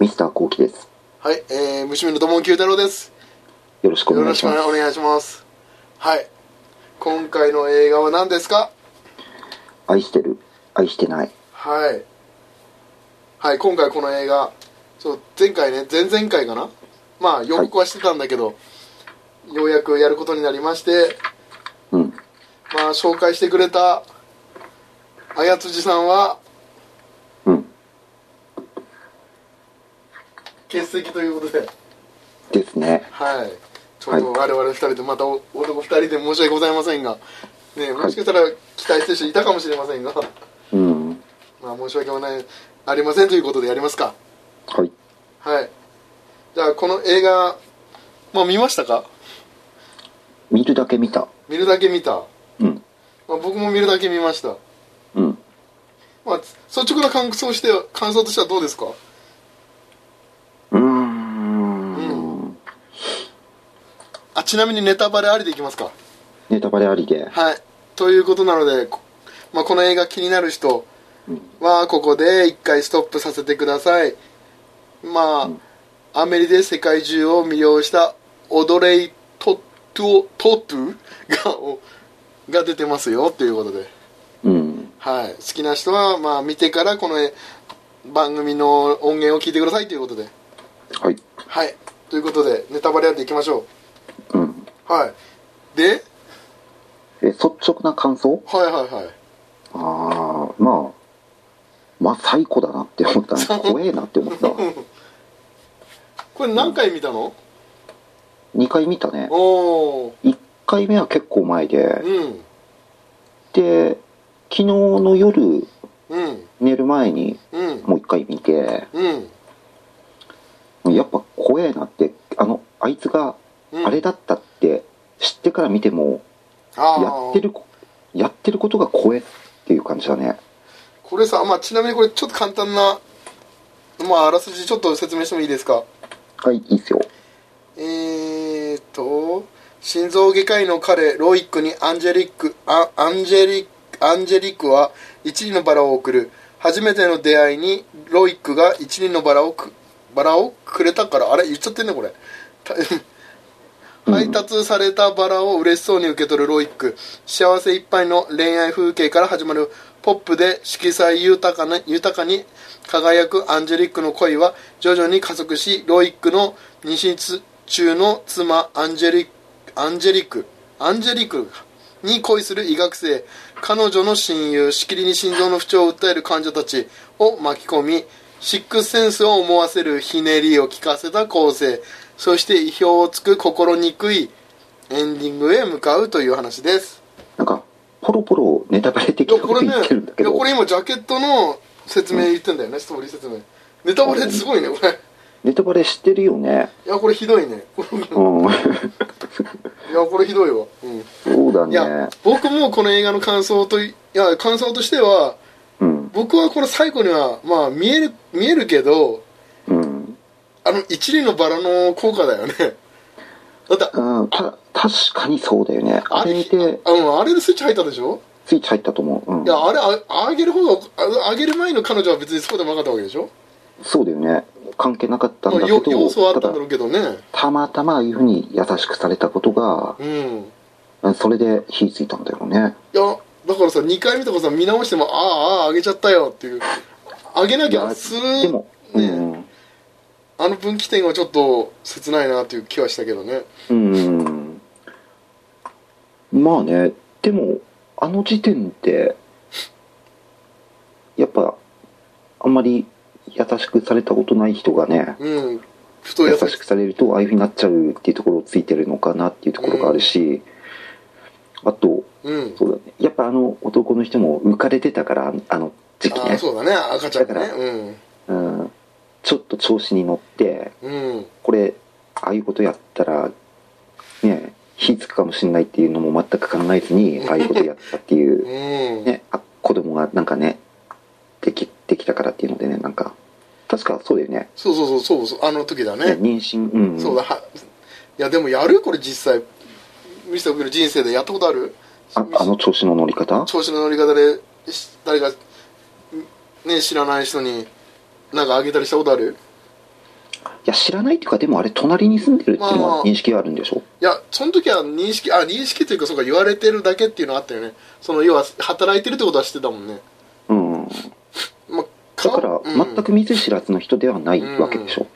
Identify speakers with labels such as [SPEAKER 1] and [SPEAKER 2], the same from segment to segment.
[SPEAKER 1] ミスターコウキです。
[SPEAKER 2] はい、えー、虫目の土門九太郎です。
[SPEAKER 1] よろしくお
[SPEAKER 2] よ
[SPEAKER 1] 願
[SPEAKER 2] ろ
[SPEAKER 1] い
[SPEAKER 2] し
[SPEAKER 1] し
[SPEAKER 2] くお
[SPEAKER 1] ます。
[SPEAKER 2] 願いします。はい、今回の映画は何ですか
[SPEAKER 1] 愛してる、愛してない。
[SPEAKER 2] はい。はい、今回この映画、そう、前回ね、前々回かなまあ、予告はしてたんだけど、ようやくやることになりまして、
[SPEAKER 1] うん。
[SPEAKER 2] まあ、紹介してくれた、あやつじさんは、
[SPEAKER 1] うん。
[SPEAKER 2] 欠席ということで、
[SPEAKER 1] ですね。
[SPEAKER 2] はい。ちょうど我々二人で、またお男二人で申し訳ございませんが、ね、もしかしたら期待してる人いたかもしれませんが、
[SPEAKER 1] うん。
[SPEAKER 2] まあ申し訳もないありませんということでやりますか
[SPEAKER 1] はい。
[SPEAKER 2] はいじゃあこの映画まあ見ましたか
[SPEAKER 1] 見るだけ見た。
[SPEAKER 2] 見るだけ見た、ま
[SPEAKER 1] うん。
[SPEAKER 2] あ、僕も見るだけ見ました、
[SPEAKER 1] うん。
[SPEAKER 2] まあ、つ率直な感想して感想としてはどうですか
[SPEAKER 1] うーん。
[SPEAKER 2] あちなみにネタバレありでいきますか
[SPEAKER 1] ネタバレありで。
[SPEAKER 2] はいということなので、こまあ、この映画気になる人はここで一回ストップさせてくださいまあ、アメリで世界中を魅了したオドレイ・トトゥトトゥがおが出てますよということで、
[SPEAKER 1] うん。
[SPEAKER 2] はい、好きな人は、まあ、見てからこのえ番組の音源を聞いてくださいということで
[SPEAKER 1] はい。
[SPEAKER 2] はいということでネタバレありでいきましょ
[SPEAKER 1] うん。
[SPEAKER 2] うはいで
[SPEAKER 1] え、率直な感想
[SPEAKER 2] はいはいはい
[SPEAKER 1] ああ、まあ。まあ、最高だなって思ったね。怖えなって思 った。
[SPEAKER 2] これ何回見たの、
[SPEAKER 1] 2回見たね。
[SPEAKER 2] おお
[SPEAKER 1] 1回目は結構前で。
[SPEAKER 2] うん
[SPEAKER 1] で、昨日の夜、
[SPEAKER 2] うん
[SPEAKER 1] 寝る前に
[SPEAKER 2] うん
[SPEAKER 1] もう1回見て、
[SPEAKER 2] うん
[SPEAKER 1] やっぱ怖えなってあのあいつが
[SPEAKER 2] うん
[SPEAKER 1] あれだったって知ってから見ても、
[SPEAKER 2] あ
[SPEAKER 1] や
[SPEAKER 2] ー
[SPEAKER 1] ってるこやってることが怖えっていう感じだね
[SPEAKER 2] これさ、まあ、ちなみにこれちょっと簡単な、まあ、あらすじちょっと説明してもいいですか
[SPEAKER 1] はいいいっすよ
[SPEAKER 2] えーと心臓外科医の彼ロイックにアンジェリックあアンジェリックアンジェリックは一輪のバラを贈る初めての出会いにロイックが一輪のバラをくバラをくれたからあれ言っちゃってんねこれた配達されたバラを嬉しそうに受け取るロイック幸せいっぱいの恋愛風景から始まるポップで色彩豊かな豊かに輝くアンジェリックの恋は徐々に加速しロイックの妊娠中の妻アンジェリックアンジェリックアンジェリックに恋する医学生彼女の親友しきりに心臓の不調を訴える患者たちを巻き込みシックスセンスを思わせるひねりを聞かせた構成そして意表をつく心にくいエンディングへ向かうという話です
[SPEAKER 1] なんかポロポロネタバレ的
[SPEAKER 2] いや
[SPEAKER 1] なこ
[SPEAKER 2] ことれね
[SPEAKER 1] 言ってるんだ
[SPEAKER 2] い
[SPEAKER 1] け
[SPEAKER 2] や
[SPEAKER 1] ど、
[SPEAKER 2] これ今ジャケットの説明言ってんだよね、ストーリー説明ネタバレってすごいねこれい
[SPEAKER 1] ネタバレしてるよね
[SPEAKER 2] やこれひどいね
[SPEAKER 1] うん
[SPEAKER 2] いやこれひどいわうん
[SPEAKER 1] そうだ
[SPEAKER 2] いや
[SPEAKER 1] ね
[SPEAKER 2] 僕もこの映画の感想といいや感想としては
[SPEAKER 1] うん
[SPEAKER 2] 僕はこの最後にはまあ見える見えるけど
[SPEAKER 1] うん
[SPEAKER 2] あの一輪のバラの効果だよね だって
[SPEAKER 1] うん、た確かにそうだよねあ
[SPEAKER 2] あ
[SPEAKER 1] れ
[SPEAKER 2] れ
[SPEAKER 1] で
[SPEAKER 2] あのあれでスイッチ入ったでしょ
[SPEAKER 1] スイッチ入ったと思う、うん
[SPEAKER 2] い、やあれああげる方がああげる前の彼女は別にそうでもなかったわけでしょ
[SPEAKER 1] そうだよね関係なかったん
[SPEAKER 2] ま
[SPEAKER 1] だ
[SPEAKER 2] あ
[SPEAKER 1] け
[SPEAKER 2] よ
[SPEAKER 1] ど
[SPEAKER 2] 要素はあったたんだ
[SPEAKER 1] だ
[SPEAKER 2] ろうけどね
[SPEAKER 1] たまたまああいうふうに優しくされたことが
[SPEAKER 2] うん
[SPEAKER 1] それで火ついたんだよね
[SPEAKER 2] いやだからさ2回目とかさ見直してもあああああげちゃったよっていうあげなきゃす
[SPEAKER 1] で
[SPEAKER 2] る
[SPEAKER 1] も、
[SPEAKER 2] ね
[SPEAKER 1] うん
[SPEAKER 2] あの分岐点はちょっと切ないなっていう気はしたけどね
[SPEAKER 1] うんまあねでもあの時点でやっぱあんまり優しくされたことない人がね
[SPEAKER 2] うんふと
[SPEAKER 1] 優
[SPEAKER 2] 優し
[SPEAKER 1] しくされるとああいうふうになっちゃうっていうところをついてるのかなっていうところがあるし、あと
[SPEAKER 2] うん
[SPEAKER 1] そうだねやっぱあの男の人も浮かれてたからあの時期
[SPEAKER 2] ああ
[SPEAKER 1] ね、
[SPEAKER 2] そうだね赤ちゃんが
[SPEAKER 1] だから
[SPEAKER 2] ね
[SPEAKER 1] うん、ちょっと調子に乗って
[SPEAKER 2] うんうん
[SPEAKER 1] これああいうことやったらね火つくかもしれないっていうのも全く考えず にああいうことやったっていう、
[SPEAKER 2] うん、
[SPEAKER 1] ね、あ子供がなんかねできできたからっていうのでねなんか確かそうだよね
[SPEAKER 2] そうそうそうそうそうあの時だ
[SPEAKER 1] ね
[SPEAKER 2] ね
[SPEAKER 1] 妊娠うん
[SPEAKER 2] そうだはいやでもやるこれ実際ミスター・クル人生でやったことある
[SPEAKER 1] ああの調子の乗り方
[SPEAKER 2] 調子の乗り方でし誰かんね知らない人になんかあげたりしたことある
[SPEAKER 1] や知らないっていうかでもあれ隣に住んでるっていうの
[SPEAKER 2] まあ
[SPEAKER 1] は認識があるんでしょ
[SPEAKER 2] いやその時は認識あ認識というかそうか言われてるだけっていうのはあったよねその要は働いてるってことは知ってたもんね
[SPEAKER 1] うん
[SPEAKER 2] まあ
[SPEAKER 1] だから全く見ず知らずの人ではないわけでしょ、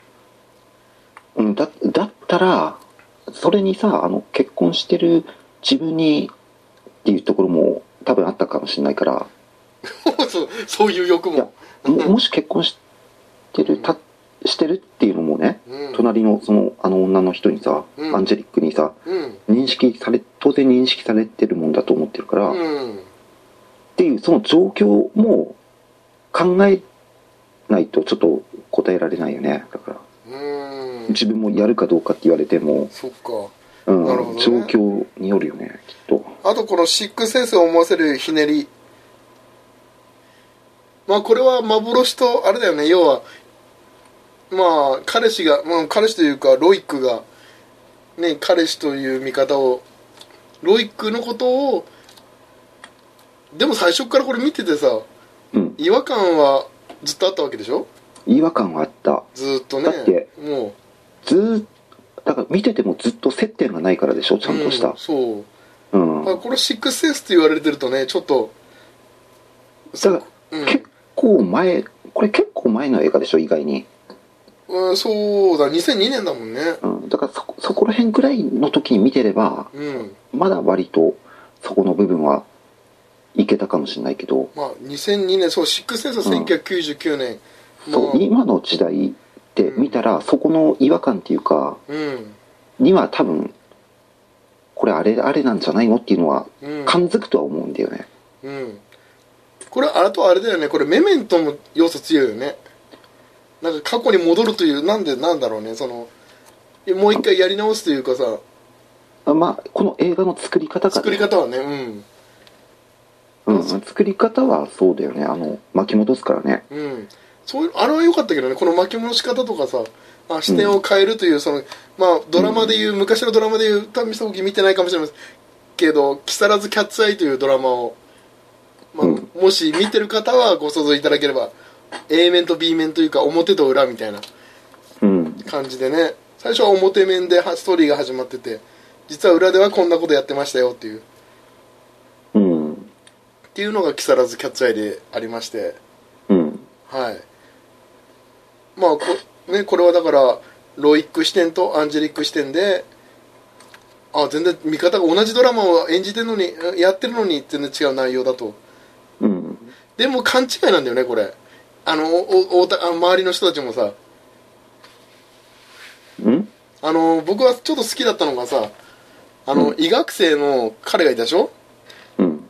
[SPEAKER 1] うん、だだったらそれにさあの結婚してる自分にっていうところも多分あったかもしれないから
[SPEAKER 2] うん そうそういう欲も、
[SPEAKER 1] ももし結婚してるたしてるっていうのもね
[SPEAKER 2] うん、
[SPEAKER 1] 隣のそのあの女の人にさ、
[SPEAKER 2] うん
[SPEAKER 1] アンジェリックにさ
[SPEAKER 2] うん
[SPEAKER 1] 認識され当然認識されてるもんだと思ってるから、っ
[SPEAKER 2] うん
[SPEAKER 1] ていうその状況も考えないとちょっと答えられないよねだから
[SPEAKER 2] うん
[SPEAKER 1] 自分もやるかどうかって言われても、
[SPEAKER 2] そっか
[SPEAKER 1] うん
[SPEAKER 2] なるほどね
[SPEAKER 1] 状況によるよねきっと
[SPEAKER 2] あとこのシックセンスを思わせるひねりまあこれは幻とあれだよね要はまあ彼氏が、まあ、彼氏というかロイックがね彼氏という見方をロイックのことをでも最初からこれ見ててさ
[SPEAKER 1] うん
[SPEAKER 2] 違和感はずっとあったわけでしょ
[SPEAKER 1] 違和感はあった
[SPEAKER 2] ずーっとね
[SPEAKER 1] だって
[SPEAKER 2] も
[SPEAKER 1] ずーだから見ててもずっと接点がないからでしょ
[SPEAKER 2] う
[SPEAKER 1] ちゃんとし
[SPEAKER 2] う
[SPEAKER 1] た
[SPEAKER 2] そ
[SPEAKER 1] う
[SPEAKER 2] う
[SPEAKER 1] ん、
[SPEAKER 2] まあ、これシックスセンスって言われてるとねちょっと
[SPEAKER 1] だから
[SPEAKER 2] うん
[SPEAKER 1] 結構前これ結構前の映画でしょ意外に、
[SPEAKER 2] うん、そうだ2002年だもんね
[SPEAKER 1] うん、だからそこそこら辺くらいの時に見てれば
[SPEAKER 2] うん
[SPEAKER 1] まだ割とそこの部分はいけたかもしれないけど、
[SPEAKER 2] まあ2002年そうシックスセンスは1999年、
[SPEAKER 1] そう
[SPEAKER 2] ま
[SPEAKER 1] 今の時代って見たらそこの違和感っていうか
[SPEAKER 2] あうん
[SPEAKER 1] には多分これあれあれなんじゃないのっていうのは
[SPEAKER 2] うん
[SPEAKER 1] 感づくとは思うんだよね
[SPEAKER 2] うんこれあとあれだよねこれメメントも要素強いよねなんか過去に戻るというなんでなんだろうねそのもう一回やり直すというかさ
[SPEAKER 1] あまあこの映画の作り方が
[SPEAKER 2] 作り方はねうん
[SPEAKER 1] うん、作り方はそうだよねあの巻き戻すからね
[SPEAKER 2] うん、そういうあれは良かったけどねこの巻き戻し方とかさあ視点を変えるという、そのまあドラマでいう、昔のドラマでいう多分久木見てないかもしれませんけど「木更津キャッツアイ」というドラマを、まあ
[SPEAKER 1] うん
[SPEAKER 2] もし見てる方はご想像いただければ A 面と B 面というか表と裏みたいな
[SPEAKER 1] うん
[SPEAKER 2] 感じでね最初は表面ではストーリーが始まってて実は裏ではこんなことやってましたよっていう
[SPEAKER 1] うん
[SPEAKER 2] っていうのが木更津キャッツアイでありまして。
[SPEAKER 1] うん
[SPEAKER 2] はいまあこ,、ね、これはだからロイック視点とアンジェリック視点であ全然見方が同じドラマを演じてるのにやってるのに全然違う内容だと
[SPEAKER 1] うん
[SPEAKER 2] でも勘違いなんだよねこれあのおおおたあの周りの人たちもさ
[SPEAKER 1] うん
[SPEAKER 2] あの僕はちょっと好きだったのがさあの、医学生の彼がいたでしょ
[SPEAKER 1] うん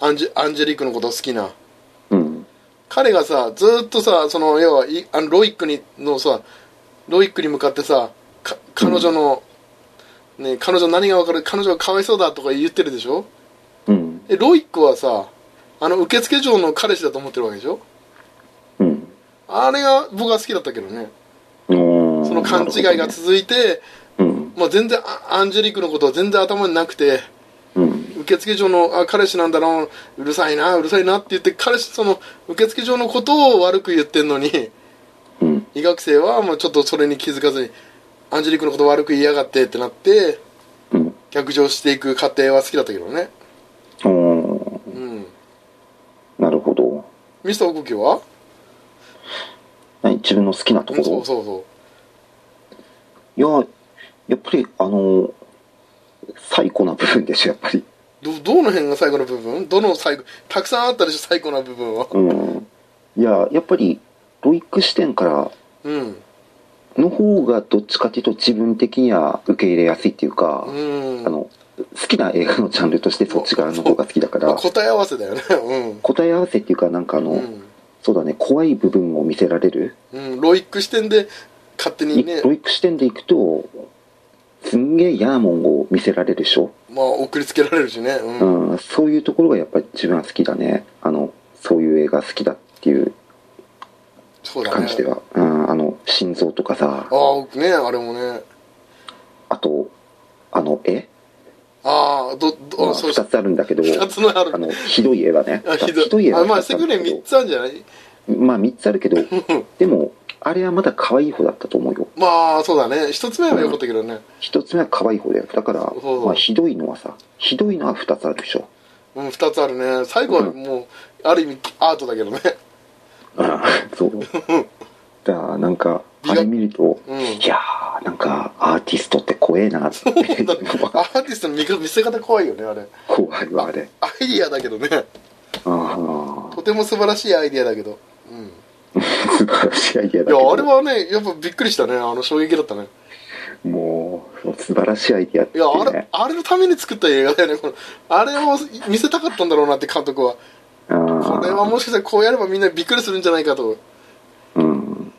[SPEAKER 2] アンジェアンジェリックのこと好きな
[SPEAKER 1] うん
[SPEAKER 2] 彼がさずーっとさその要はいあのロイックにのさロイックに向かってさか彼女の、ね、彼女何が分かる彼女がかわいそうだとか言ってるでしょ
[SPEAKER 1] うん
[SPEAKER 2] えロイックはさあの受付嬢の彼氏だと思ってるわけでしょ
[SPEAKER 1] うん
[SPEAKER 2] あれが僕は好きだったけどね
[SPEAKER 1] おー
[SPEAKER 2] その勘違いが続いて、
[SPEAKER 1] なるほどね
[SPEAKER 2] まあ、全然あアンジェリックのことは全然頭になくて
[SPEAKER 1] うんうん
[SPEAKER 2] 受付嬢のあ彼氏なんだなうるさいなうるさいなって言って彼氏その受付嬢のことを悪く言ってんのに
[SPEAKER 1] うん
[SPEAKER 2] 医学生はもうちょっとそれに気づかずにアンジェリックのこと悪く言いやがってってなって
[SPEAKER 1] うん
[SPEAKER 2] 逆上していく過程は好きだったけどね
[SPEAKER 1] おー
[SPEAKER 2] うん
[SPEAKER 1] なるほど
[SPEAKER 2] ミスター呼吸は
[SPEAKER 1] 何自分の好きなとこ
[SPEAKER 2] うん
[SPEAKER 1] ろ
[SPEAKER 2] そうそうそ
[SPEAKER 1] いややっぱりあの最古な部分でしょやっぱり
[SPEAKER 2] うどどの辺が最後の部分どの最後たくさんあったでしょ最後の部分は
[SPEAKER 1] うんいややっぱりロイック視点から
[SPEAKER 2] うん
[SPEAKER 1] の方がどっちかというと自分的には受け入れやすいっていうか、
[SPEAKER 2] うん
[SPEAKER 1] あの好きな映画のジャンルとしてそっち側の方が好きだか
[SPEAKER 2] まあ
[SPEAKER 1] ら
[SPEAKER 2] 答え合わせだよね
[SPEAKER 1] 答え合わせっていうかなんかあの、
[SPEAKER 2] うんうん、
[SPEAKER 1] そうだね怖い部分を見せられる、
[SPEAKER 2] うん、ロイック視点で勝手にね
[SPEAKER 1] ロイック視点でいくとすんげえ嫌なもんを見せられるでしょ、
[SPEAKER 2] まあ送りつけられるしねう、
[SPEAKER 1] うんんそういうところがやっぱり自分は好きだねあのそういう映画好きだっていう
[SPEAKER 2] そうだ
[SPEAKER 1] 感
[SPEAKER 2] ね
[SPEAKER 1] じでは、うん、あの心臓とかさ
[SPEAKER 2] ああねあれもね
[SPEAKER 1] あとあの絵、
[SPEAKER 2] ああど
[SPEAKER 1] ま
[SPEAKER 2] ど
[SPEAKER 1] あ、
[SPEAKER 2] そうし
[SPEAKER 1] 2つあるんだけど
[SPEAKER 2] 二つのある
[SPEAKER 1] あのひどい絵はね
[SPEAKER 2] あひど
[SPEAKER 1] ひどい
[SPEAKER 2] い
[SPEAKER 1] 絵は
[SPEAKER 2] あまあ
[SPEAKER 1] 二つ
[SPEAKER 2] セ
[SPEAKER 1] ある
[SPEAKER 2] グ
[SPEAKER 1] んだ
[SPEAKER 2] レ
[SPEAKER 1] けど
[SPEAKER 2] 3つあるんじゃない
[SPEAKER 1] まあ3つあるけどでもあれはまだ可愛い方だったと思うよ
[SPEAKER 2] まあそうだね一つ目は良かったけどね
[SPEAKER 1] 一つ目は可愛い方だよだから
[SPEAKER 2] そうそう
[SPEAKER 1] まあ、ひどいのはさひどいのは2つあるでしょ
[SPEAKER 2] うん二つあるね最後はもうある意味アートだけどね
[SPEAKER 1] うん そうだからなんか
[SPEAKER 2] 美
[SPEAKER 1] あ
[SPEAKER 2] 学
[SPEAKER 1] れ見ると、
[SPEAKER 2] うん
[SPEAKER 1] いやーなんかアーティストって怖え なって
[SPEAKER 2] だってアーティストの見方見せ方怖いよねあれ
[SPEAKER 1] 怖いわあれ
[SPEAKER 2] アイディアだけどね
[SPEAKER 1] ああ
[SPEAKER 2] とても素晴らしいアイディアだけどうん
[SPEAKER 1] 素晴らしいアイデアだけ
[SPEAKER 2] い
[SPEAKER 1] ど
[SPEAKER 2] やあれはねやっぱびっくりしたねあの衝撃だったね
[SPEAKER 1] もう素晴らしいアイデアって
[SPEAKER 2] いやあれ
[SPEAKER 1] ね
[SPEAKER 2] あれのために作った映画だよねこのあれを見せたかったんだろうなって監督は
[SPEAKER 1] あー
[SPEAKER 2] これはもしかしたらこうやればみんなびっくりするんじゃないかとっ
[SPEAKER 1] うん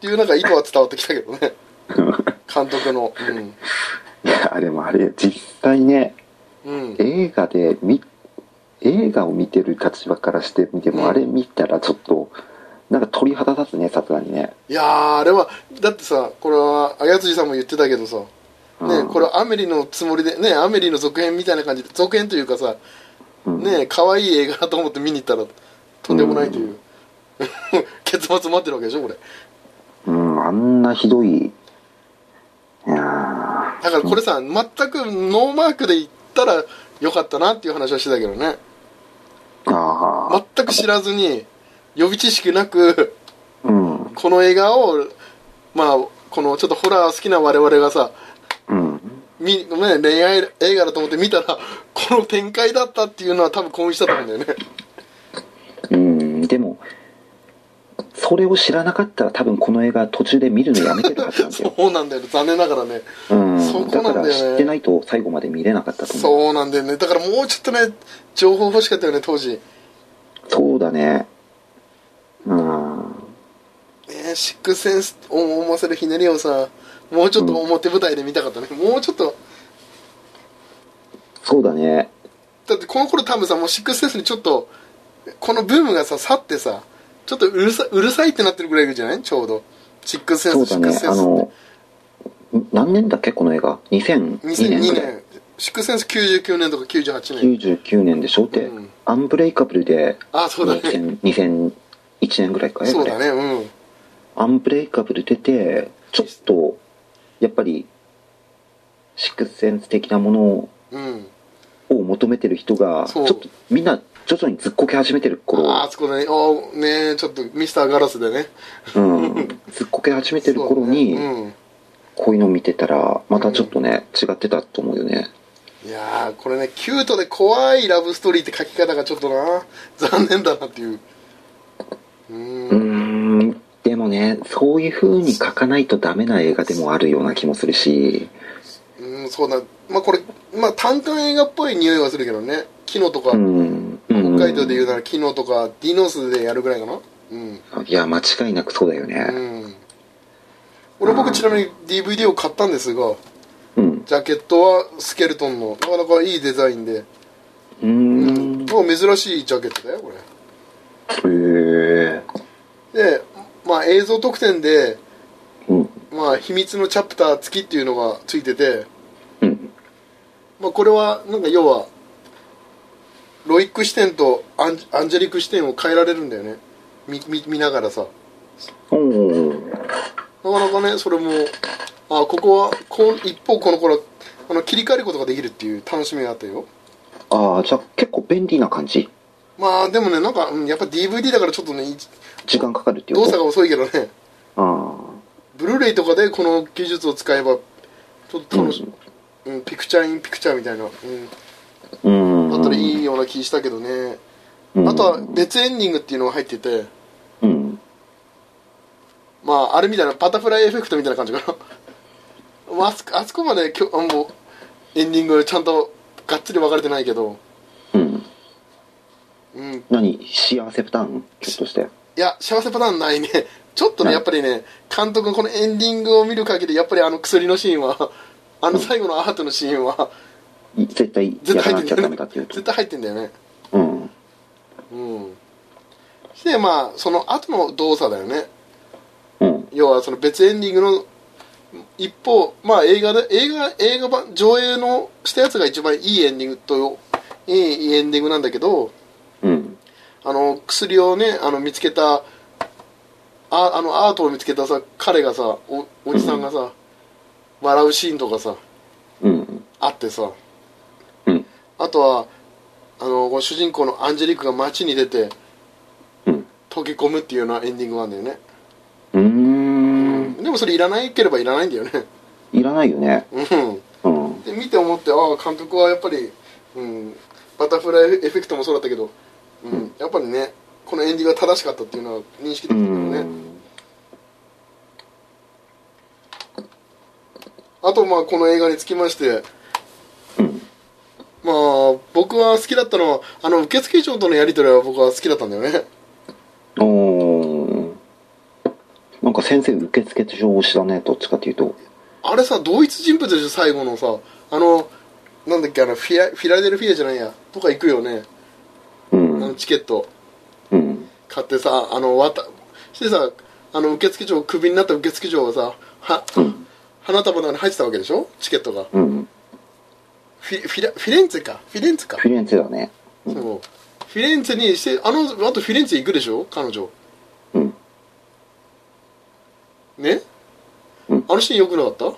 [SPEAKER 2] ていうなんか意図は伝わってきたけどね監督の
[SPEAKER 1] いやで もあれ実際ね
[SPEAKER 2] うん、うん、
[SPEAKER 1] 映画で見映画を見てる立場からしてみても、
[SPEAKER 2] うん
[SPEAKER 1] あれ見たらちょっとなんか鳥肌立つねさすがにね、
[SPEAKER 2] いやーあれはだってさこれはあやつじさんも言ってたけどさ、ね
[SPEAKER 1] うん
[SPEAKER 2] これアメリのつもりでねアメリの続編みたいな感じで続編というかさ
[SPEAKER 1] うん
[SPEAKER 2] ね可愛い映画だと思って見に行ったらとんでもないという、 結末待ってるわけでしょこれ
[SPEAKER 1] うんあんなひどいいやー
[SPEAKER 2] だからこれさ、全くノーマークで行ったらよかったなっていう話はしてたけどね
[SPEAKER 1] あー
[SPEAKER 2] 全く知らずに予備知識なく
[SPEAKER 1] うん
[SPEAKER 2] この映画をまあこのちょっとホラー好きな我々がさ
[SPEAKER 1] うん
[SPEAKER 2] み、ね、恋愛映画だと思って見たらこの展開だったっていうのは多分興奮したと思うんだよ ね
[SPEAKER 1] うんでもそれを知らなかったら多分この映画途中で見るのやめてるはずなんだよ
[SPEAKER 2] そうなんだよね残念ながらね
[SPEAKER 1] うん
[SPEAKER 2] そこ
[SPEAKER 1] だ
[SPEAKER 2] な
[SPEAKER 1] か
[SPEAKER 2] んだよね
[SPEAKER 1] ら知ってないと最後まで見れなかったと思う
[SPEAKER 2] そうなんだよねだからもうちょっとね情報欲しかったよね当時
[SPEAKER 1] そうだねうん
[SPEAKER 2] ねえシックスセンスを思わせるひねりをさもうちょっと表舞台で見たかったね、もうちょっと
[SPEAKER 1] そうだね
[SPEAKER 2] だってこの頃多分さもうシックスセンスにちょっとこのブームがさ去ってさちょっとうるさうるさいってなってるぐらいじゃないちょうどシックスセ
[SPEAKER 1] そ
[SPEAKER 2] ン
[SPEAKER 1] う
[SPEAKER 2] スシ
[SPEAKER 1] だ
[SPEAKER 2] ックス
[SPEAKER 1] ね
[SPEAKER 2] セン
[SPEAKER 1] あ
[SPEAKER 2] ス
[SPEAKER 1] の何年だっけこの映画2002
[SPEAKER 2] 2002
[SPEAKER 1] 年
[SPEAKER 2] 年
[SPEAKER 1] ぐらい
[SPEAKER 2] シックスセンス99年とか98年
[SPEAKER 1] 99年でしょって、
[SPEAKER 2] うん
[SPEAKER 1] アンブレイカブルで
[SPEAKER 2] あそうだね
[SPEAKER 1] 2000 2001年ぐらいか
[SPEAKER 2] そうだ
[SPEAKER 1] あれ
[SPEAKER 2] ねうん
[SPEAKER 1] アンブレイカブル出てちょっとやっぱりシックスセンス的なものを
[SPEAKER 2] うん
[SPEAKER 1] 求めてる人がち
[SPEAKER 2] そ
[SPEAKER 1] ょ
[SPEAKER 2] う
[SPEAKER 1] っとみんな徐々にずっこけ始めてる頃
[SPEAKER 2] ああそこでねああねえちょっとミスターガラスでね
[SPEAKER 1] うん、ずっこけ始めてる頃に、
[SPEAKER 2] そうだねうん
[SPEAKER 1] こういうの見てたらまたちょっとね、違ってたと思うよね
[SPEAKER 2] いやーこれねキュートで怖いラブストーリーって書き方がちょっとな残念だなっていうう
[SPEAKER 1] う
[SPEAKER 2] ーん
[SPEAKER 1] ーんでもねそういう風に描かないとダメな映画でもあるような気もするし
[SPEAKER 2] うんそうだまあこれまあ単館映画っぽい匂いはするけどね昨日とか、
[SPEAKER 1] うん、うん、
[SPEAKER 2] 北海道で言うなら昨日とかディノスでやるぐらいかなうん、
[SPEAKER 1] いや間違いなくそうだよ
[SPEAKER 2] う
[SPEAKER 1] ね
[SPEAKER 2] ん、俺僕ちなみに DVD を買ったんですが
[SPEAKER 1] うん
[SPEAKER 2] ジャケットはスケルトンのなかなかいいデザインで、
[SPEAKER 1] う
[SPEAKER 2] うんん、もう珍しいジャケットだよこれ
[SPEAKER 1] へえ
[SPEAKER 2] でまあ映像特典で
[SPEAKER 1] うん
[SPEAKER 2] まあ秘密のチャプター付きっていうのがついてて、
[SPEAKER 1] うん
[SPEAKER 2] まあ、これはなんか要はロイック視点とアンアンジェリック視点を変えられるんだよね見見見ながらさ
[SPEAKER 1] おお
[SPEAKER 2] なかなかねそれもあここはこう一方この頃あの切り替えることができるっていう楽しみがあったよ
[SPEAKER 1] ああじゃあ結構便利な感じ
[SPEAKER 2] まあでもねなんか、うんやっぱ DVD だからちょっとねい
[SPEAKER 1] 時間かかるっていう
[SPEAKER 2] 動
[SPEAKER 1] こ
[SPEAKER 2] 作
[SPEAKER 1] と
[SPEAKER 2] が遅いけどね
[SPEAKER 1] あ
[SPEAKER 2] ブルーレイとかでこの技術を使えばちょっと楽しみ、うんピクチャーインピクチャーみたいな、うん、
[SPEAKER 1] あうん
[SPEAKER 2] だったらいいような気したけどね、
[SPEAKER 1] うん
[SPEAKER 2] あとは別エンディングっていうのが入ってて
[SPEAKER 1] うん
[SPEAKER 2] まああれみたいなバタフライエフェクトみたいな感じかなまああそこあそこまできょあもうエンディングちゃんとがっつり分かれてないけど
[SPEAKER 1] うん
[SPEAKER 2] うんい
[SPEAKER 1] 何幸せパターンちょっとして
[SPEAKER 2] や幸せパターンないねちょっとね
[SPEAKER 1] ない
[SPEAKER 2] やっぱりね監督のこのエンディングを見る限りやっぱりあの薬のシーンはあの最後のアートのシーンは
[SPEAKER 1] い絶対
[SPEAKER 2] 絶
[SPEAKER 1] やらな
[SPEAKER 2] 対入っ
[SPEAKER 1] き
[SPEAKER 2] て
[SPEAKER 1] ゃ
[SPEAKER 2] ん
[SPEAKER 1] ダ
[SPEAKER 2] だ
[SPEAKER 1] メ
[SPEAKER 2] よね
[SPEAKER 1] だっていうと
[SPEAKER 2] 絶対入ってんだよね
[SPEAKER 1] うん
[SPEAKER 2] うんでまあその後の動作だよね
[SPEAKER 1] うん
[SPEAKER 2] 要はその別エンディングの一方まあ映画で映画映画版上映のしたやつが一番いいエンディングといいいエンディングなんだけど
[SPEAKER 1] うん
[SPEAKER 2] あの薬をねあの見つけたあああのアートを見つけたさ彼がさおおじさんがさ、笑うシーンとかさ
[SPEAKER 1] うん
[SPEAKER 2] あってさ
[SPEAKER 1] うん
[SPEAKER 2] あとはあのこう主人公のアンジェリックが街に出て
[SPEAKER 1] うん
[SPEAKER 2] 溶け込むっていうようなエンディングなんだよね、
[SPEAKER 1] うーん
[SPEAKER 2] でもそれいらないければいらないんだよね
[SPEAKER 1] いらないよね
[SPEAKER 2] うん
[SPEAKER 1] うん
[SPEAKER 2] で見て思ってああ監督はやっぱり、うん、バタフライエフェクトもそうだったけど、うん、やっぱりねこのエンディングが正しかったっていうのは認識
[SPEAKER 1] う
[SPEAKER 2] できたんだよね
[SPEAKER 1] ん
[SPEAKER 2] あとまあこの映画につきまして
[SPEAKER 1] うん
[SPEAKER 2] まあ僕は好きだったのはあの受付嬢とのやり取りは僕は好きだったんだよね
[SPEAKER 1] おーなんか先生受付上推しだねどっちかっていうと
[SPEAKER 2] あれさ同一人物でしょ最後のさあのなんだっけあのフィラフィラデルフィアじゃないやとか行くよね
[SPEAKER 1] う
[SPEAKER 2] あの
[SPEAKER 1] ん
[SPEAKER 2] チケット
[SPEAKER 1] うん
[SPEAKER 2] 買ってさあの渡してさあの受付嬢クビになった受付嬢がさは
[SPEAKER 1] うん
[SPEAKER 2] 花束の中に入ってたわけでしょチケットが
[SPEAKER 1] うん
[SPEAKER 2] フィフィラフィレンツェかフィレンツェか
[SPEAKER 1] フィレンツェだね
[SPEAKER 2] そうフィレンツェにしてあのあとフィレンツェ行くでしょ彼女
[SPEAKER 1] うん
[SPEAKER 2] ね、
[SPEAKER 1] うん
[SPEAKER 2] あのシーンよくなかった
[SPEAKER 1] お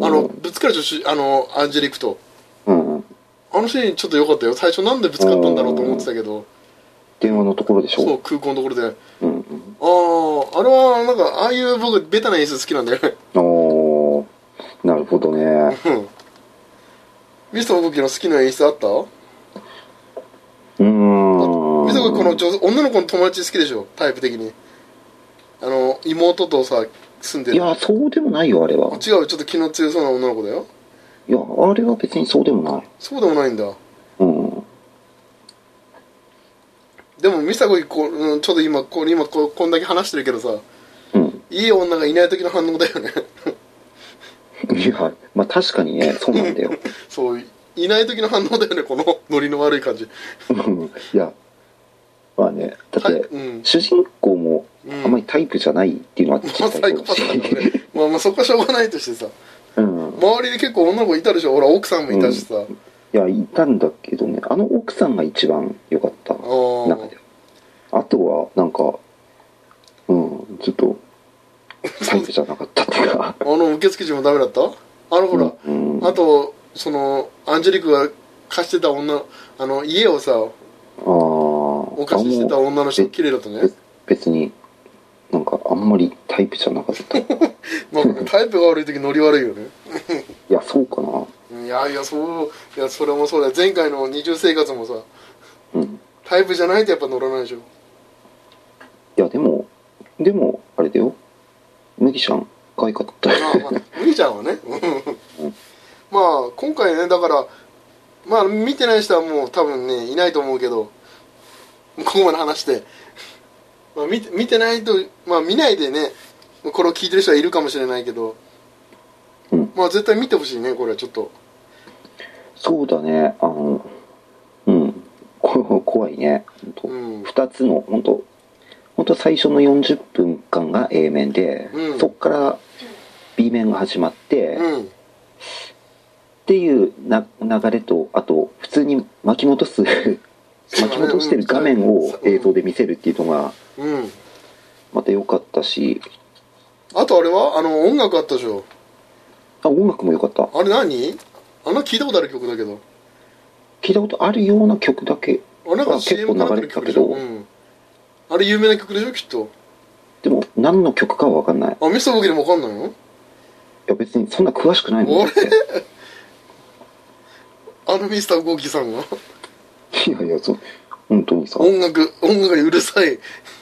[SPEAKER 1] ー
[SPEAKER 2] あのぶつかる女子あのアンジェリクと
[SPEAKER 1] うん
[SPEAKER 2] あのシーンちょっと良かったよ最初なんでぶつかったんだろうと思ってたけど
[SPEAKER 1] 電話のところでし
[SPEAKER 2] そ
[SPEAKER 1] ょ
[SPEAKER 2] う空港のところであ
[SPEAKER 1] うんうん
[SPEAKER 2] ああれはなんかああいう僕ベタな演出好きなんだよね
[SPEAKER 1] おーなるほどね
[SPEAKER 2] うんミストの動きの好きな演出あった
[SPEAKER 1] うーん
[SPEAKER 2] みそこの女女の子の友達好きでしょタイプ的にあの妹とさ住んで
[SPEAKER 1] い
[SPEAKER 2] る
[SPEAKER 1] やそうでもないよあれは
[SPEAKER 2] あ違うちょっと気の強そうな女の子だよ
[SPEAKER 1] いやあれは別にそうでもない
[SPEAKER 2] そうでもないんだ
[SPEAKER 1] うん
[SPEAKER 2] でもミサコこう、うん、ちょっと今こう今こうこんだけ話してるけどさ
[SPEAKER 1] うん
[SPEAKER 2] いい女がいない時の反応だよね
[SPEAKER 1] いやまあ確かにねそうなんだよ
[SPEAKER 2] そういない時の反応だよねこのノリの悪い感じ
[SPEAKER 1] うん いやまあねだ
[SPEAKER 2] はい
[SPEAKER 1] って
[SPEAKER 2] うん
[SPEAKER 1] 主人公も
[SPEAKER 2] うん
[SPEAKER 1] あんまりタイプじゃないっていうのは
[SPEAKER 2] まあ
[SPEAKER 1] 小さ
[SPEAKER 2] サ
[SPEAKER 1] い
[SPEAKER 2] イ
[SPEAKER 1] 頃
[SPEAKER 2] コパ
[SPEAKER 1] だ
[SPEAKER 2] ス
[SPEAKER 1] し
[SPEAKER 2] だからねまあまあそこはしょうがないとしてさ
[SPEAKER 1] うん
[SPEAKER 2] 周りで結構女の子いたでしょほら奥さんもいたしさ、
[SPEAKER 1] いやいたんだけどねあの奥さんが一番良かった
[SPEAKER 2] あー
[SPEAKER 1] 中であとはなんかうんちょっとタイプじゃなかったっていうか
[SPEAKER 2] あの受付嬢もダメだったあ のほら、
[SPEAKER 1] うん
[SPEAKER 2] あとそのアンジェリックが貸してた女あの家をさ
[SPEAKER 1] あお
[SPEAKER 2] お貸ししてた女の人綺麗だったね
[SPEAKER 1] 別別になんかあんまりタイプじゃなかった い
[SPEAKER 2] まあタイプが悪い時ノリ悪いよね
[SPEAKER 1] やそうかない
[SPEAKER 2] やいやそういやそれもそうだよ前回の二重生活もさ
[SPEAKER 1] うん
[SPEAKER 2] タイプじゃないとやっぱ乗らないでしょ
[SPEAKER 1] いやでもでもあれだよ麦ちゃん可愛かった
[SPEAKER 2] ま
[SPEAKER 1] よ
[SPEAKER 2] あまあ麦ちゃんはね うんまあ今回ねだからまあ見てない人はもう多分ねいないと思うけどここまで話して、まあ、見て見てないとまあ見ないでねこれを聞いてる人はいるかもしれないけど
[SPEAKER 1] うん
[SPEAKER 2] まあ絶対見てほしいねこれはちょっと
[SPEAKER 1] そうだねあのうんこ怖いね本当、
[SPEAKER 2] うん
[SPEAKER 1] 2つの本当本当最初の40分間が A 面で、
[SPEAKER 2] うん
[SPEAKER 1] そこから B 面が始まって、っ
[SPEAKER 2] うん
[SPEAKER 1] ていうな流れとあと普通に巻き戻す巻き戻してる画面を映像で見せるっていうのが
[SPEAKER 2] うん
[SPEAKER 1] また良かったし
[SPEAKER 2] あとあれはあの音楽あったでしょ
[SPEAKER 1] あ音楽も良かった
[SPEAKER 2] あれ何あの聞いたことある曲だけど
[SPEAKER 1] 聞いたことあるような曲だけ
[SPEAKER 2] あれな
[SPEAKER 1] ま
[SPEAKER 2] んか
[SPEAKER 1] あ結
[SPEAKER 2] CM
[SPEAKER 1] 構
[SPEAKER 2] かかっ
[SPEAKER 1] 流れ
[SPEAKER 2] てる
[SPEAKER 1] てた
[SPEAKER 2] 曲
[SPEAKER 1] け
[SPEAKER 2] でしょ、
[SPEAKER 1] ど、
[SPEAKER 2] うん、あれ有名な曲でしょきっと
[SPEAKER 1] でも何の曲かは分かんないい
[SPEAKER 2] あミスターボギーでもわかんないの
[SPEAKER 1] や別にそんな詳しくないもんだって
[SPEAKER 2] あのミスター・ゴーキーさんが
[SPEAKER 1] いやいやそう本当にさ
[SPEAKER 2] 音楽音楽にうるさいい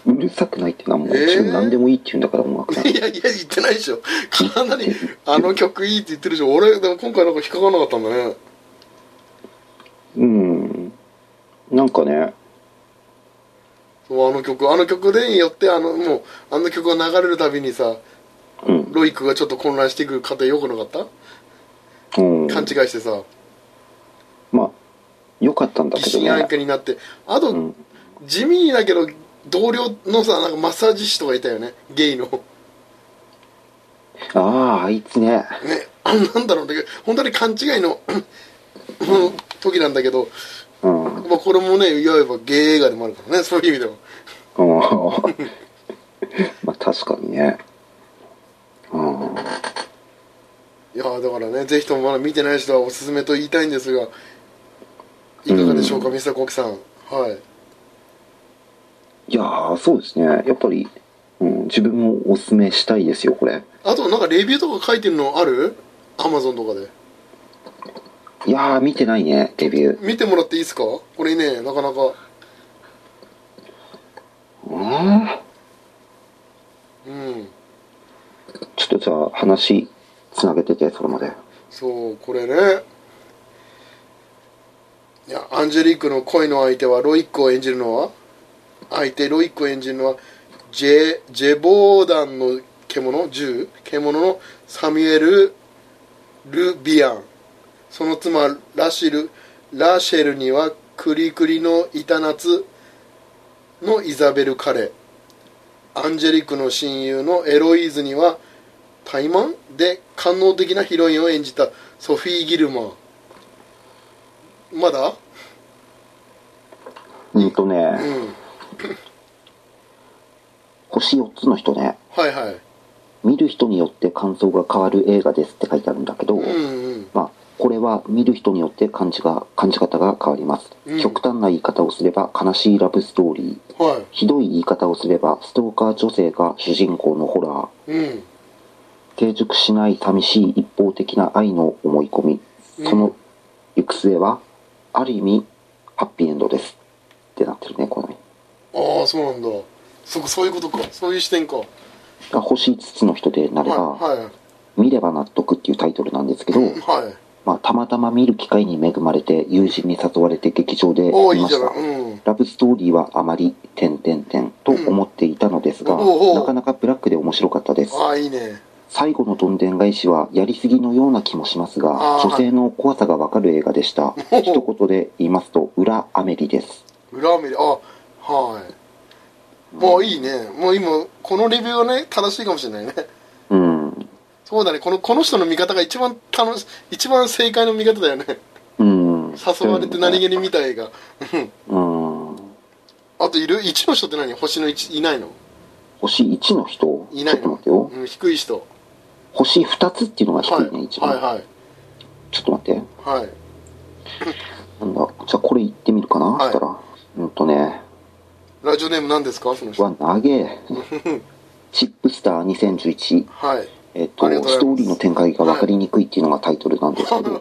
[SPEAKER 2] う
[SPEAKER 1] るさくないってなんもう
[SPEAKER 2] えー
[SPEAKER 1] 自分何でもいいって言うんだから音楽なん
[SPEAKER 2] やいや言ってないでしょかなりあの曲いいって言ってるでしょ俺でも今回なんか引っかからなかったんだね
[SPEAKER 1] うんなんかね
[SPEAKER 2] そうあの曲あの曲でよってあのもうあの曲が流れるたびにさ
[SPEAKER 1] うん、
[SPEAKER 2] ロイクがちょっと混乱していく過程よくなかった
[SPEAKER 1] うん、
[SPEAKER 2] 勘違いしてさ
[SPEAKER 1] まあ良かったんだ
[SPEAKER 2] 疑
[SPEAKER 1] けど
[SPEAKER 2] 心暗
[SPEAKER 1] ね
[SPEAKER 2] 鬼になってあと、
[SPEAKER 1] うん
[SPEAKER 2] 地味にだけど同僚のさなんかマッサージ師とかいたよねゲイの
[SPEAKER 1] あああいつね
[SPEAKER 2] ね、あなんだろうね本当に勘違いのうん時なんだけど、
[SPEAKER 1] うん、うん、
[SPEAKER 2] まあ、これもねいわばゲー映画でもあるからねそういう意味では
[SPEAKER 1] あ確かにね。うん。
[SPEAKER 2] いやーだからねぜひともまだ見てない人はおすすめと言いたいんですがいかがでしょうか、
[SPEAKER 1] うん
[SPEAKER 2] ミスターコキさんはい
[SPEAKER 1] いやー、そうですね。やっぱり、うん、自分もおすすめしたいですよ、これ。
[SPEAKER 2] あとなんかレビューとか書いてるのあるアマゾンとかで
[SPEAKER 1] いやー、見てないね、レビュー。
[SPEAKER 2] 見てもらっていいですかこれねなかなか
[SPEAKER 1] うん
[SPEAKER 2] うん
[SPEAKER 1] ちょっとじゃあ、話、つなげてて、それまで。
[SPEAKER 2] そうこれねいやアンジェリークの恋の相手はロイックを演じるのは相手ロイックを演じるのはジェジェボーダンの獣銃獣のサミュエル・ルビアンその妻ラシルラシェルにはクリクリの板夏のイザベル・カレアンジェリックの親友のエロイーズには怠慢で官能的なヒロインを演じたソフィー・ギルマンまだ
[SPEAKER 1] うんと
[SPEAKER 2] う
[SPEAKER 1] ね、
[SPEAKER 2] ん
[SPEAKER 1] 星4つの人ね、
[SPEAKER 2] はいはい
[SPEAKER 1] 見る人によって感想が変わる映画ですって書いてあるんだけど、
[SPEAKER 2] うんうん
[SPEAKER 1] まあ、これは見る人によって感じが、感じ方が変わります。
[SPEAKER 2] うん
[SPEAKER 1] 極端な言い方をすれば悲しいラブストーリー。
[SPEAKER 2] は
[SPEAKER 1] ひどい言い方をすればストーカー女性が主人公のホラー。
[SPEAKER 2] いうん
[SPEAKER 1] 定熟しない寂しい一方的な愛の思い込み。
[SPEAKER 2] うん
[SPEAKER 1] その行く末は、ある意味、ハッピーエンドです。ってなってるね、この絵。
[SPEAKER 2] ああそうなんだそそういうことかそういう視点かは
[SPEAKER 1] が星5つの人でないれば、
[SPEAKER 2] は
[SPEAKER 1] 見れば納得っていうタイトルなんですけど、
[SPEAKER 2] いはい
[SPEAKER 1] まあ、たまたま見る機会に恵まれて友人に誘われて劇場で見
[SPEAKER 2] おおいい
[SPEAKER 1] ま
[SPEAKER 2] じゃ
[SPEAKER 1] し
[SPEAKER 2] ない
[SPEAKER 1] た
[SPEAKER 2] うん
[SPEAKER 1] ラブストーリーはあまり点々点と思っていたのですが、
[SPEAKER 2] うんおうおう
[SPEAKER 1] なかなかブラックで面白かったです
[SPEAKER 2] ああいいね
[SPEAKER 1] 最後のどんでん返しはやりすぎのような気もしますが
[SPEAKER 2] あー
[SPEAKER 1] 女性の怖さがわかる映画でした
[SPEAKER 2] おう
[SPEAKER 1] 一言で言いますと裏アメリです
[SPEAKER 2] 裏目であはいもういいねもう今このレビューはね正しいかもしれないね
[SPEAKER 1] うん
[SPEAKER 2] そうだねこのこの人の見方が一番楽し一番正解の見方だよね
[SPEAKER 1] うん
[SPEAKER 2] 誘われて何気に見た映画
[SPEAKER 1] うん
[SPEAKER 2] あといる1の人って何星の1いないの
[SPEAKER 1] 星1の人
[SPEAKER 2] いない
[SPEAKER 1] ちょっと
[SPEAKER 2] の
[SPEAKER 1] 待ってよ
[SPEAKER 2] うん、低い人
[SPEAKER 1] 星2つっていうのが低
[SPEAKER 2] はい
[SPEAKER 1] いね、一番、
[SPEAKER 2] はいはい
[SPEAKER 1] ちょっと待って
[SPEAKER 2] はい
[SPEAKER 1] なんだじゃあこれ言ってみるかな、
[SPEAKER 2] はい
[SPEAKER 1] したらうんとね
[SPEAKER 2] ラジオネーム何ですかその
[SPEAKER 1] う
[SPEAKER 2] 人
[SPEAKER 1] わ長え チップスター2011
[SPEAKER 2] はい
[SPEAKER 1] えっと
[SPEAKER 2] ありがとうございます
[SPEAKER 1] ストーリーの展開が分かりにくいっていうのがタイトルなんですけ ど、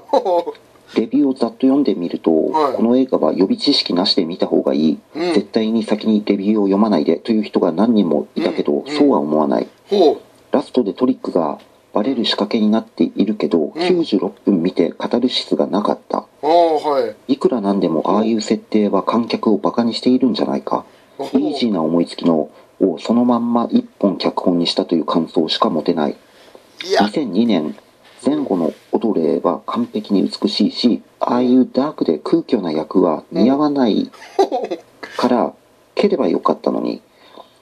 [SPEAKER 1] レビューをざっと読んでみると、
[SPEAKER 2] はい
[SPEAKER 1] この映画は予備知識なしで見た方がいい、
[SPEAKER 2] うん
[SPEAKER 1] 絶対に先にレビューを読まないでという人が何人もいたけど、
[SPEAKER 2] うんうん
[SPEAKER 1] そうは思わない
[SPEAKER 2] ほ
[SPEAKER 1] ラストでトリックがバレる仕掛けになっているけど、96分見てカタルシスがなかった
[SPEAKER 2] うああはい
[SPEAKER 1] いくらなんでもああいう設定は観客をバカにしているんじゃないか
[SPEAKER 2] ほう
[SPEAKER 1] イージーな思いつきのをそのまんま一本脚本にしたという感想しか持てない
[SPEAKER 2] いや
[SPEAKER 1] 2002年前後の踊れは完璧に美しいしああいうダークで空虚な役は似合わないから蹴ればよかったのに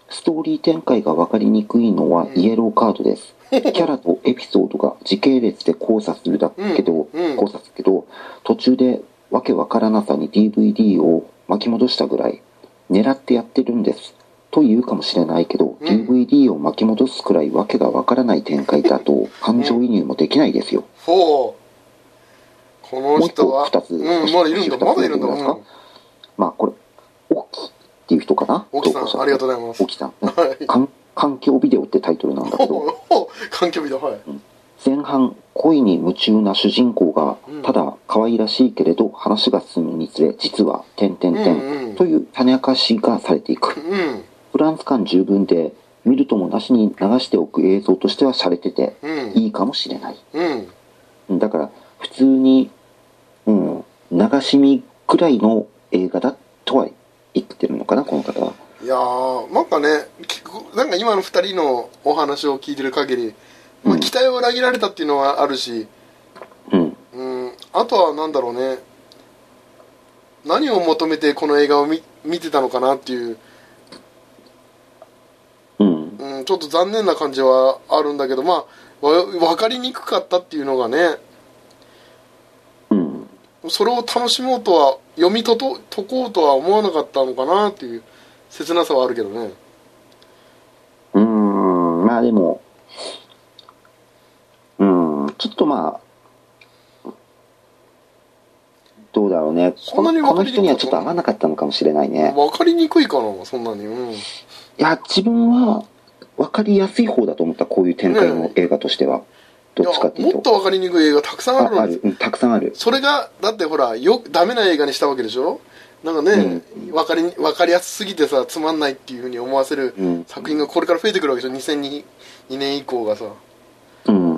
[SPEAKER 1] ストーリー展開が分かりにくいのはイエローカードですキャラとエピソードが時系列で交差するだけど、
[SPEAKER 2] うんうん
[SPEAKER 1] 交差するけど途中でわけわからなさに DVD を巻き戻したぐらい狙ってやってるんですと言うかもしれないけど、
[SPEAKER 2] うん
[SPEAKER 1] DVD を巻き戻すくらいわけがわからない展開だと感情移入もできないですよ、
[SPEAKER 2] ほうこの人は
[SPEAKER 1] もう一個二つ
[SPEAKER 2] うんまだいるん
[SPEAKER 1] 二
[SPEAKER 2] だ
[SPEAKER 1] つ
[SPEAKER 2] まだいるんだ
[SPEAKER 1] いますか
[SPEAKER 2] うん
[SPEAKER 1] まあこれオキっていう人かな
[SPEAKER 2] 沖さ
[SPEAKER 1] 投稿者
[SPEAKER 2] んありがとうございます
[SPEAKER 1] オキ さん、かん環境ビデオってタイトルなんだ
[SPEAKER 2] ほ
[SPEAKER 1] け
[SPEAKER 2] う
[SPEAKER 1] ど
[SPEAKER 2] ほう 環境美だはい
[SPEAKER 1] 前半恋に夢中な主人公が
[SPEAKER 2] うん
[SPEAKER 1] ただ可愛らしいけれど話が進むにつれ実は「点々
[SPEAKER 2] うんうん
[SPEAKER 1] 点」という種明かしがされていく
[SPEAKER 2] うん
[SPEAKER 1] フランス感十分で見るともなしに流しておく映像としては洒落てて
[SPEAKER 2] うん
[SPEAKER 1] いいかもしれない
[SPEAKER 2] うん
[SPEAKER 1] だから普通に、うん、流し見くらいの映画だとは言ってるのかなこの方はい
[SPEAKER 2] やーなんかね聞くなんか今の2人のお話を聞いてる限り、まあ、
[SPEAKER 1] うん
[SPEAKER 2] 期待を裏切られたっていうのはあるし、
[SPEAKER 1] うん
[SPEAKER 2] うん、あとはなんだろうね何を求めてこの映画を見見てたのかなっていう、
[SPEAKER 1] うん
[SPEAKER 2] うん、ちょっと残念な感じはあるんだけどまあわ分かりにくかったっていうのがね
[SPEAKER 1] うん
[SPEAKER 2] それを楽しもうとは読みとと解こうとは思わなかったのかなっていう切なさはあるけどね
[SPEAKER 1] うーんでも、うん、ちょっとまあ、どうだろうね。
[SPEAKER 2] そ
[SPEAKER 1] こ
[SPEAKER 2] んなに
[SPEAKER 1] の
[SPEAKER 2] 分
[SPEAKER 1] この
[SPEAKER 2] かりにく
[SPEAKER 1] 人
[SPEAKER 2] い
[SPEAKER 1] にはちょっと合わなかったのかもしれないね。
[SPEAKER 2] 分かりにくいかなそんなにうん
[SPEAKER 1] いや、自分は分かりやすい方だと思った、こういう展開の映画としては。どっちかって
[SPEAKER 2] い
[SPEAKER 1] い
[SPEAKER 2] や
[SPEAKER 1] う
[SPEAKER 2] もっ
[SPEAKER 1] と。
[SPEAKER 2] と分かりにくい映画たくさんある
[SPEAKER 1] あ
[SPEAKER 2] の
[SPEAKER 1] あ
[SPEAKER 2] に
[SPEAKER 1] る、うん、たくさんある。
[SPEAKER 2] それがだってほらよダメな映画にしたわけでしょなんかね、分かりに分かりやすすぎてさつまんないっていうふうに思わせる
[SPEAKER 1] うん
[SPEAKER 2] 作品がこれから増えてくるわけでしょ2002 2年以降がさ
[SPEAKER 1] うん。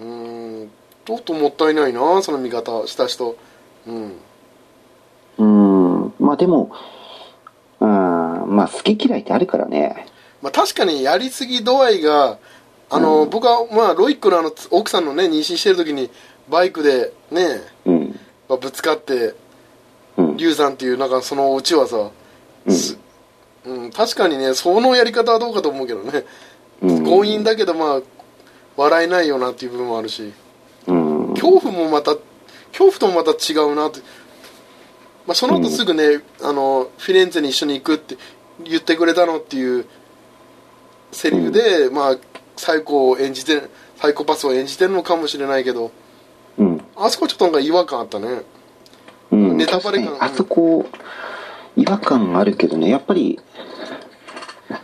[SPEAKER 2] うーんちょっともったいないなその見方した人うん
[SPEAKER 1] うん。まあでも、うん、まあ好き嫌いってあるからね。
[SPEAKER 2] まあ確かにやりすぎ度合いがあの、僕はまあロイックのあのつ奥さんのね妊娠してる時にバイクでね、
[SPEAKER 1] うん。
[SPEAKER 2] まあぶつかって
[SPEAKER 1] うん。
[SPEAKER 2] 龍さんっていうなんかそのオチはさ、
[SPEAKER 1] うん
[SPEAKER 2] すうん、確かにねそのやり方はどうかと思うけどね
[SPEAKER 1] うん
[SPEAKER 2] 強引だけどまあ笑えないよなっていう部分もあるし
[SPEAKER 1] うん。
[SPEAKER 2] 恐怖もまた恐怖ともまた違うなって、まあ、その後すぐね、あのフィレンツェに一緒に行くって言ってくれたのっていうセリフで、まあサイコを演じてサイコパスを演じてるのかもしれないけど
[SPEAKER 1] うん。
[SPEAKER 2] あそこちょっとなんか違和感あったね
[SPEAKER 1] うん、
[SPEAKER 2] ネタバレ感
[SPEAKER 1] 確かにあそこ違和感があるけどねやっぱり、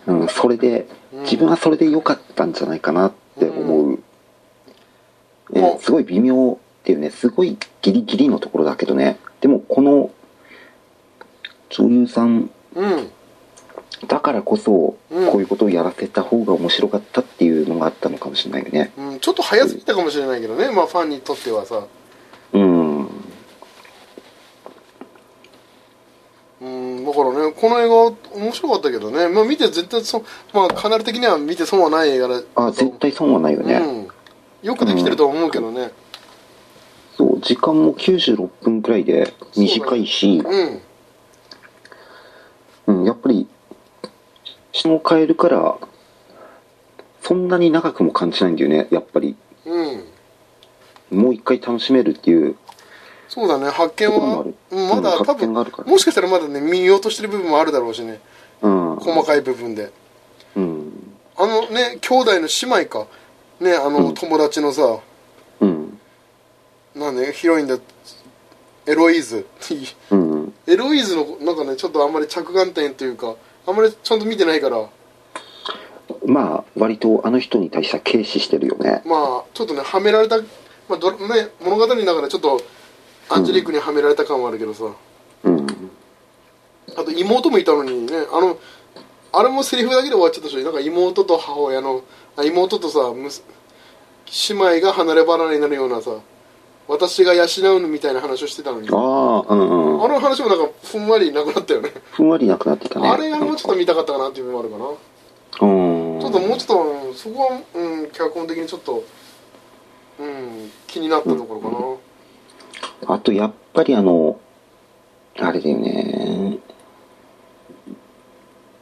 [SPEAKER 1] うん、それで
[SPEAKER 2] うん
[SPEAKER 1] 自分はそれで良かったんじゃないかなって思う、ね
[SPEAKER 2] もう
[SPEAKER 1] すごい微妙っていうねすごいギリギリのところだけどねでもこの女優さん
[SPEAKER 2] うん
[SPEAKER 1] だからこそ、
[SPEAKER 2] うん
[SPEAKER 1] こういうことをやらせた方が面白かったっていうのがあったのかもしれないよね
[SPEAKER 2] うん、ちょっと早すぎたかもしれないけどね、まあファンにとってはさ、
[SPEAKER 1] うん
[SPEAKER 2] うん、だからね、この映画面白かったけどね、まあ見て絶対そ、まあカナル的には見て損はない映画だ
[SPEAKER 1] あ絶対損はないよね、
[SPEAKER 2] うん、よくできてるとは思うけどね、
[SPEAKER 1] そう時間も96分くらいで短いし、
[SPEAKER 2] うん、
[SPEAKER 1] うん、やっぱり質を変えるからそんなに長くも感じないんだよねやっぱり
[SPEAKER 2] うん、
[SPEAKER 1] もう一回楽しめるっていう
[SPEAKER 2] そうだね、発見
[SPEAKER 1] ところもあ
[SPEAKER 2] は
[SPEAKER 1] る、
[SPEAKER 2] うんまだ
[SPEAKER 1] うん
[SPEAKER 2] 多
[SPEAKER 1] 発見
[SPEAKER 2] 分、
[SPEAKER 1] があるから
[SPEAKER 2] もしかしたらまだね、見ようとしてる部分もあるだろうしね、
[SPEAKER 1] うん、
[SPEAKER 2] 細かい部分で。
[SPEAKER 1] うん
[SPEAKER 2] あのね、兄弟の姉妹か、ね、あの
[SPEAKER 1] うん
[SPEAKER 2] 友達のさ、
[SPEAKER 1] うん
[SPEAKER 2] なんで、ヒロインだ、エロイーズ。
[SPEAKER 1] うん
[SPEAKER 2] エロイーズの、なんかね、ちょっとあんまり着眼点というか、あんまりちゃんと見てないから、
[SPEAKER 1] まあ割とあの人に対しては軽視してるよね
[SPEAKER 2] まあちょっとねはめられた、まあドラね、物語の中でちょっとアンジェリックにはめられた感はあるけどさ、
[SPEAKER 1] うん
[SPEAKER 2] あと妹もいたのにねあのあれもセリフだけで終わっちゃったでしょなんか妹と母親のあ妹とさむす姉妹が離れ離れになるようなさ私が養うのみたいな話をしてたのにあ
[SPEAKER 1] ああうんうん
[SPEAKER 2] の話もなんかふんわりなくなったよね
[SPEAKER 1] ふんわりなくなってきたね
[SPEAKER 2] あれがもうちょっと
[SPEAKER 1] なんか
[SPEAKER 2] 見たかったかなっていう部分もあるかな
[SPEAKER 1] うん
[SPEAKER 2] ちょっともうちょっと、うんそこは、うん、脚本的にちょっと、うん、気になったところかな、
[SPEAKER 1] あとやっぱりあのあれだよね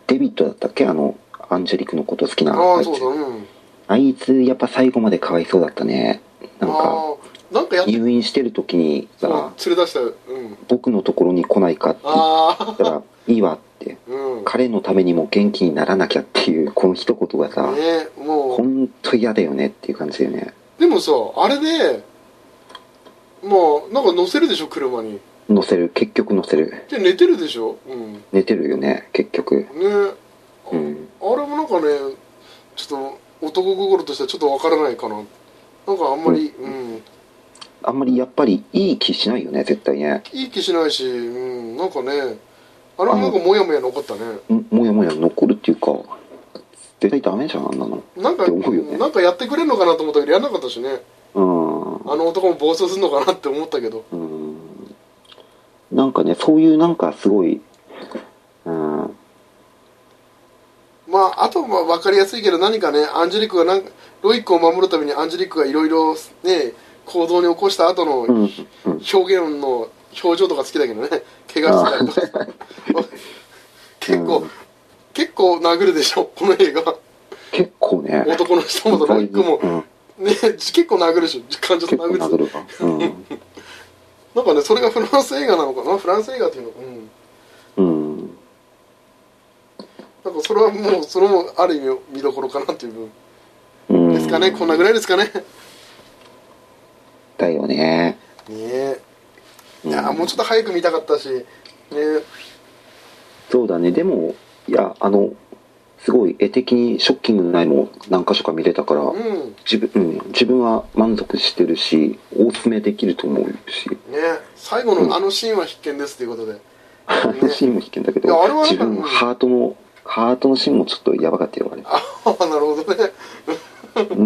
[SPEAKER 1] デビットだったっけあのアンジェリックのこと好きな
[SPEAKER 2] あ
[SPEAKER 1] あ
[SPEAKER 2] あ
[SPEAKER 1] いつ
[SPEAKER 2] そうだうん
[SPEAKER 1] あいつやっぱ最後までかわいそうだったねなんか
[SPEAKER 2] ああなんかやっ
[SPEAKER 1] 入院してる時にさ
[SPEAKER 2] そう連れ出したようん
[SPEAKER 1] 僕のところに来ないかって言っ
[SPEAKER 2] あ
[SPEAKER 1] たら「いいわ」って
[SPEAKER 2] あうんね
[SPEAKER 1] 彼のためにも元気にならなきゃっていうこの一言がさ
[SPEAKER 2] も
[SPEAKER 1] ほ
[SPEAKER 2] うん
[SPEAKER 1] と嫌だよねっていう感じだよね
[SPEAKER 2] でもさあれでまあなんか乗せるでしょ車に
[SPEAKER 1] 乗せる結局乗せる
[SPEAKER 2] で寝てるでしょうんね
[SPEAKER 1] 寝てるよね結局
[SPEAKER 2] あ,、
[SPEAKER 1] うん
[SPEAKER 2] あれもなんかねちょっと男心としてはちょっとわからないかななんかあんまりうん、
[SPEAKER 1] あんまりやっぱりいい気しないよね絶対ね
[SPEAKER 2] いい気しないしうんなんかねあれもなんかモヤモヤ残ったね
[SPEAKER 1] んもやもや残るっていうか絶対ダメじゃんあんなの
[SPEAKER 2] なんか、
[SPEAKER 1] って思うよね
[SPEAKER 2] なんかやってくれるのかなと思ったけどやんなかったしね
[SPEAKER 1] うん
[SPEAKER 2] あの男も暴走するのかなって思ったけど
[SPEAKER 1] うんなんかねそういうなんかすごい、うん、
[SPEAKER 2] まあ、あとは分かりやすいけど何かねアンジェリックがなんかロイックを守るためにアンジェリックがいろいろね行動に起こした後の
[SPEAKER 1] うんう
[SPEAKER 2] 表
[SPEAKER 1] んうん
[SPEAKER 2] 現の表情とか好きだけどね怪我してたりとか結構、
[SPEAKER 1] うん
[SPEAKER 2] 結構殴るでしょこの映画
[SPEAKER 1] 結構ね
[SPEAKER 2] 男の人もロイックも
[SPEAKER 1] う、ん、
[SPEAKER 2] ね、結構殴るでしょ感情
[SPEAKER 1] 結
[SPEAKER 2] と
[SPEAKER 1] 構
[SPEAKER 2] 殴る
[SPEAKER 1] 殴るわ、
[SPEAKER 2] なんかねそれがフランス映画なのかなフランス映画っていうのうん
[SPEAKER 1] うんうん、
[SPEAKER 2] なんかそれれはもうそれもある意味見どころかなという部
[SPEAKER 1] うん
[SPEAKER 2] 分ですかねこんなぐらいですかねね
[SPEAKER 1] だよね
[SPEAKER 2] えいや
[SPEAKER 1] うん
[SPEAKER 2] もうちょっと早く見たかったしね
[SPEAKER 1] そうだねでもいやあのすごい絵的にショッキングな絵も何箇所か見れたから、
[SPEAKER 2] うん
[SPEAKER 1] 自分うん、自分は満足してるしおすすめできると思うし
[SPEAKER 2] ね最後のあのシーンは必見ですということでね
[SPEAKER 1] シーンも弾けんだけど
[SPEAKER 2] いやあれはなんか
[SPEAKER 1] 自分
[SPEAKER 2] うん
[SPEAKER 1] ハートのハートのシーンもちょっとやばかったよあ れ
[SPEAKER 2] ああなるほどね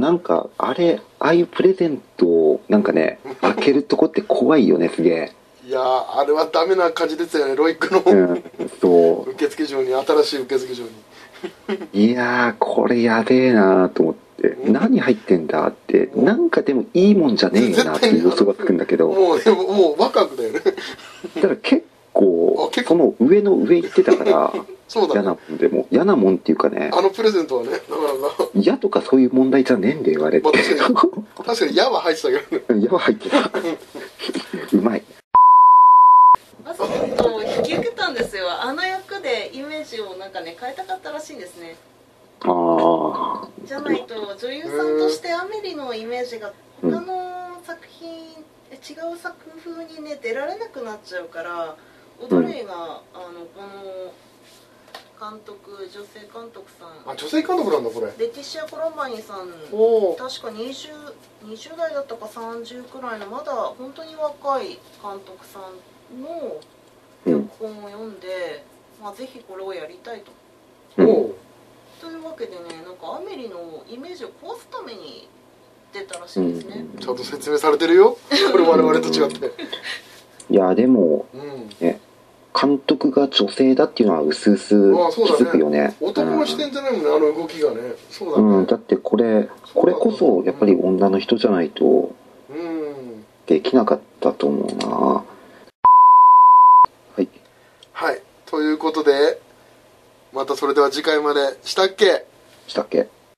[SPEAKER 1] なんかあれああいうプレゼントをなんかね開けるとこって怖いよねすげえ
[SPEAKER 2] いやーあれはダメな感じですよねロイックの、
[SPEAKER 1] うんそ
[SPEAKER 2] 受付嬢に新しい受付嬢に
[SPEAKER 1] ういやーこれやべえなーと思って
[SPEAKER 2] うん
[SPEAKER 1] 何入ってんだってなんかでもいいもんじゃねえよなっていう予想がつくんだけど
[SPEAKER 2] もうねもうもうワクワクだよね
[SPEAKER 1] ただ結構
[SPEAKER 2] あ結
[SPEAKER 1] その上の上行ってたから
[SPEAKER 2] そうだ
[SPEAKER 1] 嫌
[SPEAKER 2] ね
[SPEAKER 1] なもんでも嫌なもんっていうかね
[SPEAKER 2] あのプレゼントはねなかなか
[SPEAKER 1] 嫌とかそういう問題じゃねえんで言われて
[SPEAKER 2] まあ確かに矢は入ってたけどね
[SPEAKER 1] やば入ってたうまい
[SPEAKER 3] マスコットを引き受けたんですよあの役でイメージをなんかね変えたかったらしいんですね
[SPEAKER 1] ああ
[SPEAKER 3] じゃないと女優さんとしてアメリのイメージが他
[SPEAKER 1] うん
[SPEAKER 3] の作品、違う作風にね出られなくなっちゃうから踊りが、あのこの監督女性監督さ
[SPEAKER 2] あ
[SPEAKER 3] ん
[SPEAKER 2] 女性監督なんだこれ
[SPEAKER 3] レティシア・コロンバニさん
[SPEAKER 2] おお
[SPEAKER 3] 確か 20, 20代だったか30くらいのまだ本当に若い監督さんの
[SPEAKER 1] うん
[SPEAKER 3] 脚本を読んで、まあ、ぜひこれをやりたいと。
[SPEAKER 2] お
[SPEAKER 1] うん
[SPEAKER 2] お
[SPEAKER 3] というわけでねなんかアメリのイメージを壊すために出たらし
[SPEAKER 1] う
[SPEAKER 3] い
[SPEAKER 1] ん
[SPEAKER 3] ですね、
[SPEAKER 2] ちゃんと説明されてるよこれ我々と違って
[SPEAKER 1] いやでも
[SPEAKER 2] うん
[SPEAKER 1] 監督が女性だっていうのは薄々
[SPEAKER 2] あそうだね
[SPEAKER 1] 気づくよね
[SPEAKER 2] 男の視点じゃないもんねあの動きがねそうだ
[SPEAKER 1] うん、うん
[SPEAKER 2] ね
[SPEAKER 1] だってこれこれこそやっぱり女の人じゃないと
[SPEAKER 2] うん
[SPEAKER 1] できなかったと思うなはい
[SPEAKER 2] はいということでまたそれでは次回までしたっけ
[SPEAKER 1] したっけ